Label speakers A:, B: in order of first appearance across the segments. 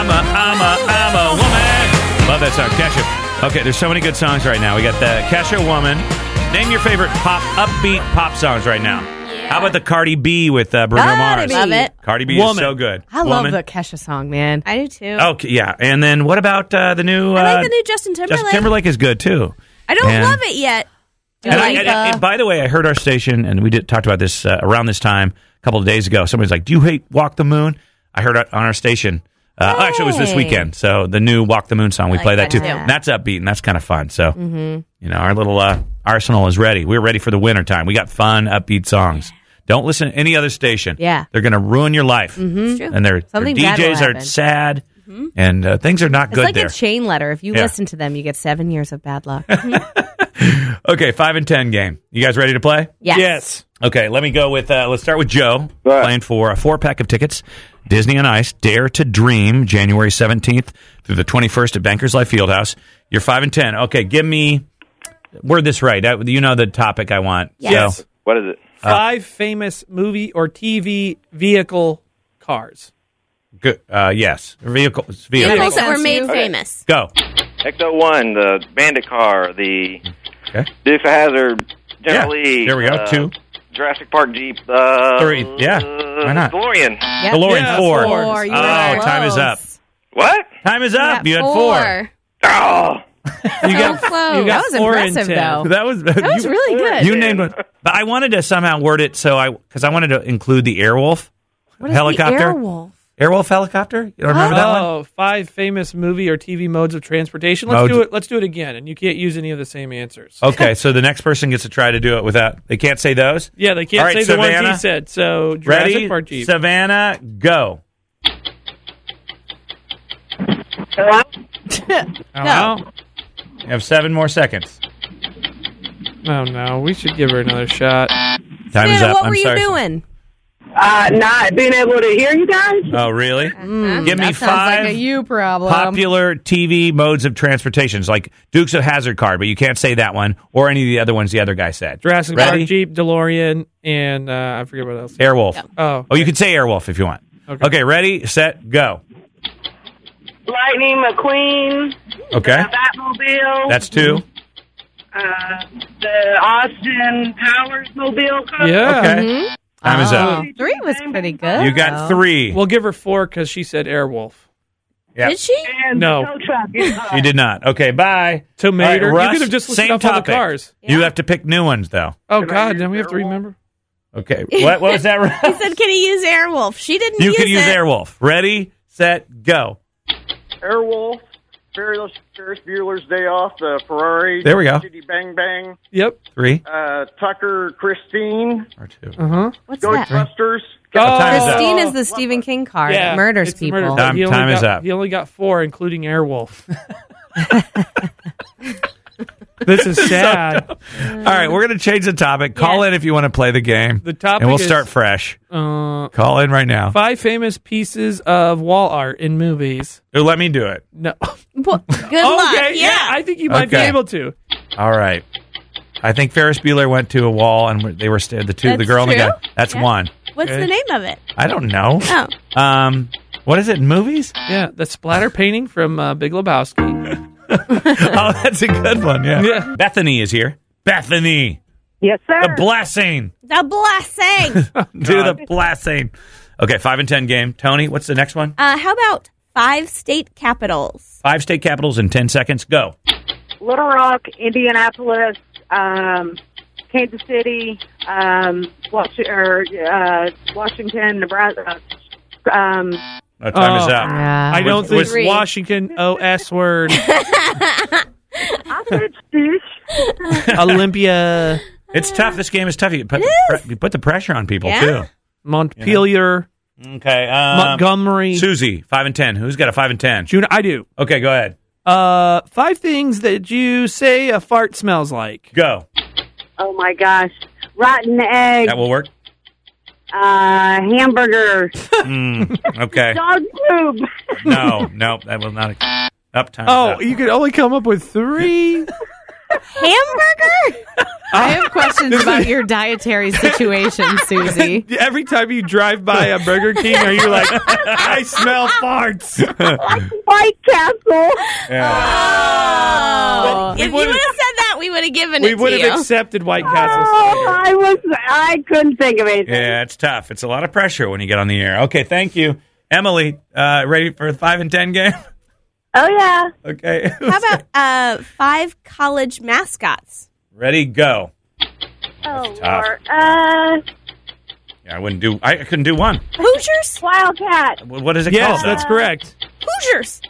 A: I'm a, I'm a woman. Love that song, Kesha. Okay, there's so many good songs right now. We got the Kesha Woman. Name your favorite pop, upbeat pop songs right now. How about the Cardi B with uh, Bruno Mars?
B: Cardi B. Love it.
A: Cardi B is
C: Woman.
A: so good.
D: I love
A: Woman.
D: the Kesha song, man.
B: I do too.
A: Okay, yeah. And then what about uh, the new?
B: I
A: Oh, uh,
B: like the new Justin Timberlake.
A: Justin Timberlake is good too.
B: I don't
A: And-
B: love it yet.
A: And, I,
B: Like,
A: and,
B: uh,
A: and by the way, I heard our station, and we did talked about this uh, around this time a couple of days ago. Somebody's like, "Do you hate Walk the Moon?" I heard it on our station. Uh, oh, Actually, it was this
B: Hey.
A: weekend. So the new Walk the Moon song, we
B: I
A: play that
B: like
A: too.
B: that too.
A: And that's upbeat and that's kind of fun. So
D: Mm-hmm.
A: you know, our little uh, arsenal is ready. We're ready for the winter time. We got fun, upbeat songs. Don't listen to any other station.
D: Yeah. Mm-hmm.
A: they're going to ruin your life.
B: It's true.
A: And their, their
D: Something bad will
A: DJs are
D: happen. Mm-hmm.
A: sad, and uh, things are not
D: It's
A: good
D: like
A: there.
D: a chain letter. If you
A: Yeah.
D: listen to them, you get seven years of bad luck.
A: okay, five and ten game. You guys ready to play?
D: Yes.
A: Okay, let me go with. Uh, let's start with Joe
E: Right.
A: playing for a four pack of tickets. Disney on Ice, Dare to Dream, January seventeenth through the twenty first at Bankers Life Fieldhouse. You're five and ten. Okay, give me word this right. I, you know the topic I want.
B: Yes.
A: So,
E: What is it?
C: Five famous movie or TV vehicle cars.
A: good. Uh, yes, vehicles.
B: Vehicles
A: Vehicles.
B: that were made
D: Okay.
B: famous.
A: Go.
E: Ecto One, the Bandit car, the
A: Okay.
E: Dukes of Hazard, General
A: Yeah.
E: Lee.
A: There we go.
E: uh,
A: Two.
E: Jurassic Park Jeep. Uh,
A: Three. Yeah. Why not?
E: DeLorean.
D: Yep.
A: DeLorean
C: Yeah,
A: four.
C: four.
D: Four. You
A: Oh,
D: were right.
A: time is up.
D: Close.
E: What?
A: Time is up.
B: Got
A: You had four.
E: Oh,
C: You got,
B: close.
C: You got
D: That was
C: four and
D: impressive,
C: 10.
D: though.
A: That was that
D: was really good.
A: You named one, but I wanted to somehow word it so I because I wanted to include the airwolf
D: What is the
A: helicopter.
D: Airwolf.
A: Airwolf helicopter? You don't remember that one?
C: Oh, five famous movie or TV modes of transportation. Let's
A: Modes.
C: do it. Let's do it again, and you can't use any of the same answers.
D: Oh.
A: Okay, so the next person gets to try to do it without. They can't say those.
C: Yeah, they
A: All
C: can't
A: right,
C: say the ones
A: Savannah.
C: he said. So Jurassic
A: Ready,
C: Park Jeep.
A: Savannah, go.
C: oh, no.
A: You have seven more seconds.
C: oh no, we should give her another shot.
A: Time is
D: Savannah,
A: up.
D: what
A: I'm
D: were you
A: sorry.
D: doing?
F: Uh, not being able to hear you guys.
A: Oh, really? Give me
D: Mm, that sounds
A: five
D: like a you um, problem.
A: Popular TV modes of transportations, like Dukes of Hazard card, but you can't say that one or any of the other ones the other guy said.
C: Jurassic
A: Ready?
C: Park Jeep, DeLorean, and uh, I forget what else.
A: Airwolf.
C: Oh,
A: Oh, you could say Airwolf if you want. Okay.
C: Okay.
A: ready, set, go.
F: Lightning McQueen,
A: Okay.
F: the Batmobile,
A: That's two.
F: uh, the Austin Powers Mobile car.
C: yeah. Mm-hmm. Oh.
A: Okay. Time is
D: Oh,
A: up.
D: Three was pretty good.
A: You got
D: though.
A: three.
C: We'll give her four because she said Airwolf.
A: Yeah.
B: Did she?
F: And
C: No.
F: the tow truck.
A: You did not. Okay, bye. All right,
C: Tomato.
A: Russ,
C: you could have just listed
A: same
C: off all the
A: topic.
C: cars.
A: You have to pick new ones though.
C: Oh
E: Can I
C: God,
E: use
C: then we have to
E: Airwolf?
C: remember.
A: Okay. What, what was that?
B: He
A: Russ?
B: said, "Can he use Airwolf?" She didn't.
A: you
B: use
A: could use
B: it.
A: Airwolf. Ready, set, go.
G: Airwolf, Ferris, Ferris Bueller's Day Off, the Ferrari.
A: There we go.
G: Chitty Bang Bang,
C: Yep.
A: Three
G: uh, Tucker, Christine,
A: or two.
C: Uh huh.
D: What's that?
G: Ghostbusters.
A: Uh-huh.
C: Oh.
A: time is up.
D: Christine is the Stephen King card.
C: Yeah,
D: it murders
C: it's a
D: people.
C: murder
A: Time-
C: He only
A: time is
C: got-
A: up.
C: He only got four, including Airwolf. this is sad.
A: All right, we're gonna change the topic. Call in if you want to play the game.
C: The topic
A: and we'll
C: is-
A: start fresh.
C: uh,
A: Call in right now.
C: five famous pieces of wall art in movies.
A: Ooh, Let me do it.
C: No. Oh,
D: What?
B: Good luck.
C: okay.
B: yeah.
C: I think you might be
A: Okay.
C: able to.
A: All right. I think Ferris Bueller went to a wall and they were st- the two, the
B: That's
A: girl and the
B: true.
A: guy. That's
B: Yeah.
A: one.
B: What's
C: Okay.
B: the name of it?
A: I don't know.
B: Oh,
A: Um, what is it in movies?
C: Yeah. The splatter painting from uh, Big Lebowski.
A: oh, that's a good one. Yeah.
C: Yeah.
A: Bethany is here. Bethany,
F: Yes, sir.
A: the blessing.
B: the blessing.
A: Do the blessing. Okay, five and ten game. Tony, what's the next one?
B: uh, how about five state capitals?
A: Five state capitals in ten seconds. Go.
F: Little Rock, Indianapolis, um, Kansas City, um, Was- or, uh, Washington, Nebraska. Um,
A: No, time is
C: Oh.
A: up.
D: Yeah.
C: I don't think
A: was-
B: Three.
C: Washington OS word
F: I said fish.
C: Olympia
A: It's tough. This game is tough. You put the pre- you put the pressure on people
B: Yeah.
C: Montpelier
A: too. Okay. Um,
C: Montgomery
A: Susie, five and ten. Who's got a five and ten?
C: June I do
A: Okay, go ahead.
C: Uh, five things that you say a fart smells like.
A: Go.
F: Oh my gosh. Rotten egg,
A: That will work.
F: uh, hamburger,
A: Mm, okay.
F: dog poop.
A: No, no, that will not. Up time.
C: Oh, you could only come up with three.
B: Hamburger.
D: I have questions about your dietary situation, Susie.
C: Every time you drive by a Burger King, are you like, I smell farts?
F: White Castle.
B: Oh.
C: We
B: If you would
C: would've-
B: have said that, we would have given
C: We
B: it
C: would
B: to you.
C: have accepted White Castle.
F: Oh, I was. I couldn't think of anything.
A: Yeah, it's tough. It's a lot of pressure when you get on the air. Okay, thank you, Emily. Uh, ready for the five and ten game?
F: Oh yeah.
A: Okay,
B: How about uh, five college mascots?
A: ready, go.
F: Oh
A: tough.
F: Lord. Uh,
A: Yeah, I wouldn't do. I couldn't do one.
B: Hoosiers?
F: Wildcat.
A: Wh- What is it
C: Yes,
A: called?
C: that's correct.
B: Hoosiers.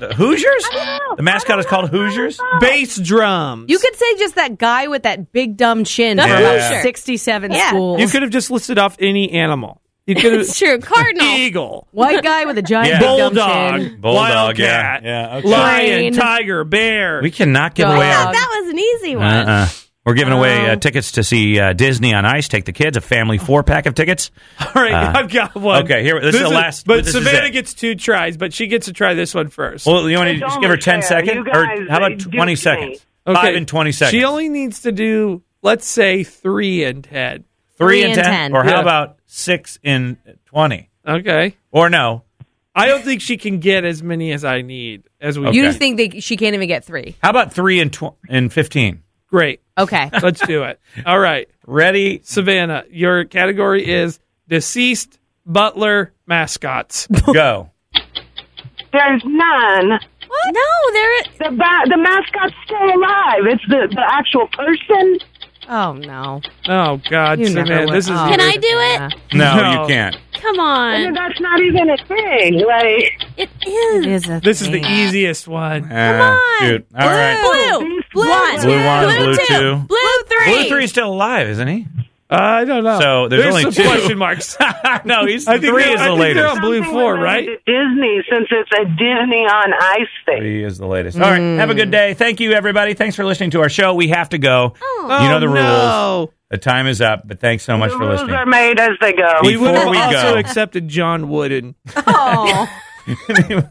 A: The Hoosiers.
F: know.
A: The mascot is called Hoosiers.
C: Bass drums.
D: You could say just that guy with that big dumb chin
B: That's
D: from
A: a
D: those
A: hoosier.
D: 67
B: Yeah.
D: schools.
C: You could have just listed off any animal. You could have
B: It's true. Cardinal.
C: eagle,
D: White guy with a giant
A: Yeah.
D: big dumb
C: bulldog,
D: chin.
A: Bulldog, yeah.
C: wildcat,
A: Yeah, okay.
C: lion,
D: Crane.
C: tiger, bear.
A: We cannot give
D: Dog.
A: away our
B: Oh, that was an easy one.
A: Uh-uh. We're giving away uh,
D: Um,
A: tickets to see uh, Disney on Ice. Take the kids, a family four pack of tickets.
C: All right,
A: Uh,
C: I've got one.
A: okay, here- this is the last-
C: But
A: this is
C: Savannah
A: it.
C: gets two tries, but she gets to try this one first.
A: Well, you want to
G: It's
A: just give her
G: only
A: 10
G: fair.
A: seconds?
G: You
A: Or
G: guys,
A: how
G: uh,
A: about
G: do
A: 20
G: me.
A: seconds?
C: Okay.
A: 5 and 20 seconds.
C: She only needs to do, let's say, three and ten.
A: 3 and
D: Three
A: 10?
D: and 10.
A: Or how
C: Yeah.
A: about 6 and 20?
C: Okay.
A: Or no.
C: I don't think she can get as many as I need as we.
D: You
A: Okay.
D: just think they, she can't even get three.
A: How about 3 and, tw- and 15?
C: Great.
D: Okay.
C: Let's do it. All right,
A: Ready?
C: Savannah, your category is deceased butler mascots.
A: Go.
F: There's none.
B: What? No, there. Is,
F: The ba- the mascot's still alive. It's the the actual person.
D: Oh, no.
C: Oh God,
D: You never
C: Savannah,
D: would-
C: this is.
D: oh.
B: Can I do it?
D: Yeah.
A: No,
C: No.
A: you can't.
B: Come on.
F: That's not even a thing. Like
B: It is.
D: It is a
C: This is the
D: thing.
C: easiest one.
A: Come
B: on.
A: Shoot. All right.
B: Blue. Blue. one.
A: Blue one, blue
B: two.
A: two.
B: Blue three.
A: Blue 3 is still alive, isn't he?
C: Uh, I don't know.
A: So there's only
C: some
A: two.
C: question marks.
A: no, he's
C: I think
A: 3
C: they're-
A: is
C: I
A: the
C: think they're
A: latest.
C: on Blue
F: Something
C: Four,
F: related
C: right?
F: to Disney, since it's a Disney on Ice thing.
A: He is the latest. All right.
C: Hmm.
A: Have a good day. Thank you, everybody. Thanks for listening to our show. We have to go.
B: Oh.
A: You know the
C: Oh,
A: rules.
C: no.
A: The time is up, but thanks so much
F: the
A: for
F: rules
A: listening.
F: are made as they go.
A: We
C: We would
A: Before
C: have
A: we
C: also
A: go.
C: accepted John Wooden.
D: Oh.